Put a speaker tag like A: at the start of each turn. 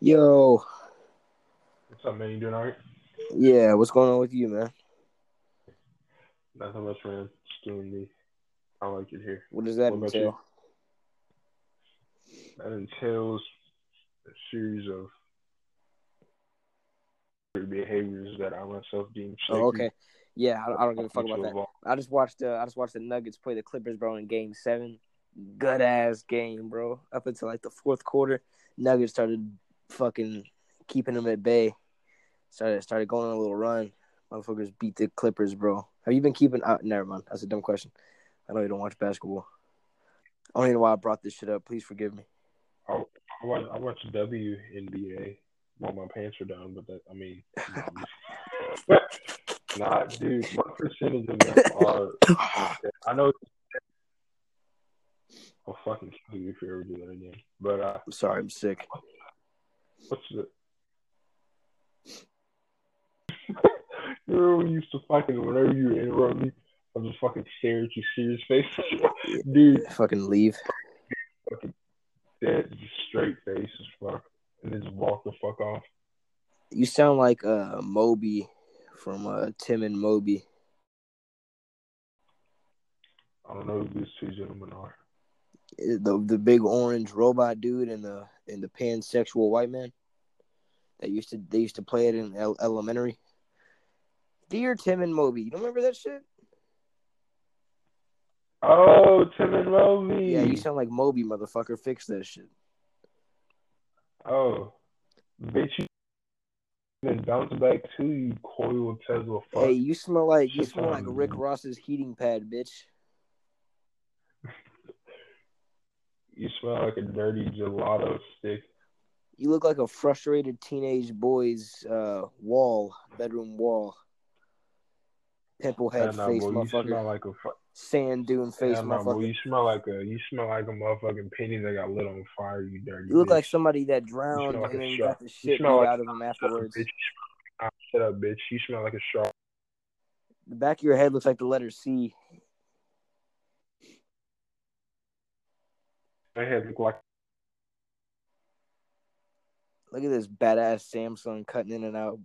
A: Yo,
B: What's up, man? You doing all right?
A: yeah, what's going on with you, man?
B: Nothing much, man. Just doing me. I like it here.
A: What does that
B: What about
A: entail?
B: That entails a series of behaviors that I myself deem. Shaky.
A: Oh, okay. Yeah, I, I don't give a fuck about that. I just watched uh, I just watched the Nuggets play the Clippers, bro, in Game Seven. Good ass game, bro. Up until like the fourth quarter, Nuggets started fucking keeping them at bay. Started started going on a little run. Motherfuckers beat the Clippers, bro. Have you been keeping? Uh, never mind. That's a dumb question. I know you don't watch basketball. I don't even know why I brought this shit up. Please forgive me.
B: I watch, I watch WNBA while my pants are down, but that I mean, nah, dude. What percentage of them are? I know. I'll fucking kill you if you ever do that again. But uh,
A: I'm sorry. I'm sick.
B: What's the? you remember when you used to fucking whenever you interrupt me, I just fucking stare at you serious face, dude.
A: Fucking leave.
B: That just straight face as fuck, and then just walk the fuck off.
A: You sound like uh Moby from uh Tim and Moby.
B: I don't know who these two gentlemen are.
A: the the big orange robot dude and the and the pansexual white man that used to they used to play it in el- elementary. Dear Tim and Moby, you don't remember that shit?
B: Oh, Tim and Moby.
A: Yeah, you sound like Moby, motherfucker. Fix that shit.
B: oh, bitch, you. Then bounce back to you, coil Tesla. Fuck.
A: Hey, you smell like you
B: Shit,
A: smell like
B: um,
A: Rick Ross's heating pad, bitch.
B: You smell like a dirty gelato stick.
A: You look like a frustrated teenage boy's uh, wall, bedroom wall. Pimple head
B: And, uh,
A: face,
B: boy, you
A: motherfucker.
B: smell like a fu-
A: Sand dune face,
B: Yeah, nah, bro,
A: motherfucker.
B: you smell like a you smell like a motherfucking penny that got lit on fire. You dirty.
A: You look
B: bitch.
A: like somebody that drowned
B: like
A: and
B: a
A: then
B: shark.
A: got the
B: You
A: shit beat
B: smell like-
A: out of them
B: Shut up,
A: afterwards.
B: bitch. Ah, Shut up, bitch. You smell like a shark.
A: The back of your head looks like the letter C.
B: My head look like
A: Look at this badass Samsung cutting in and out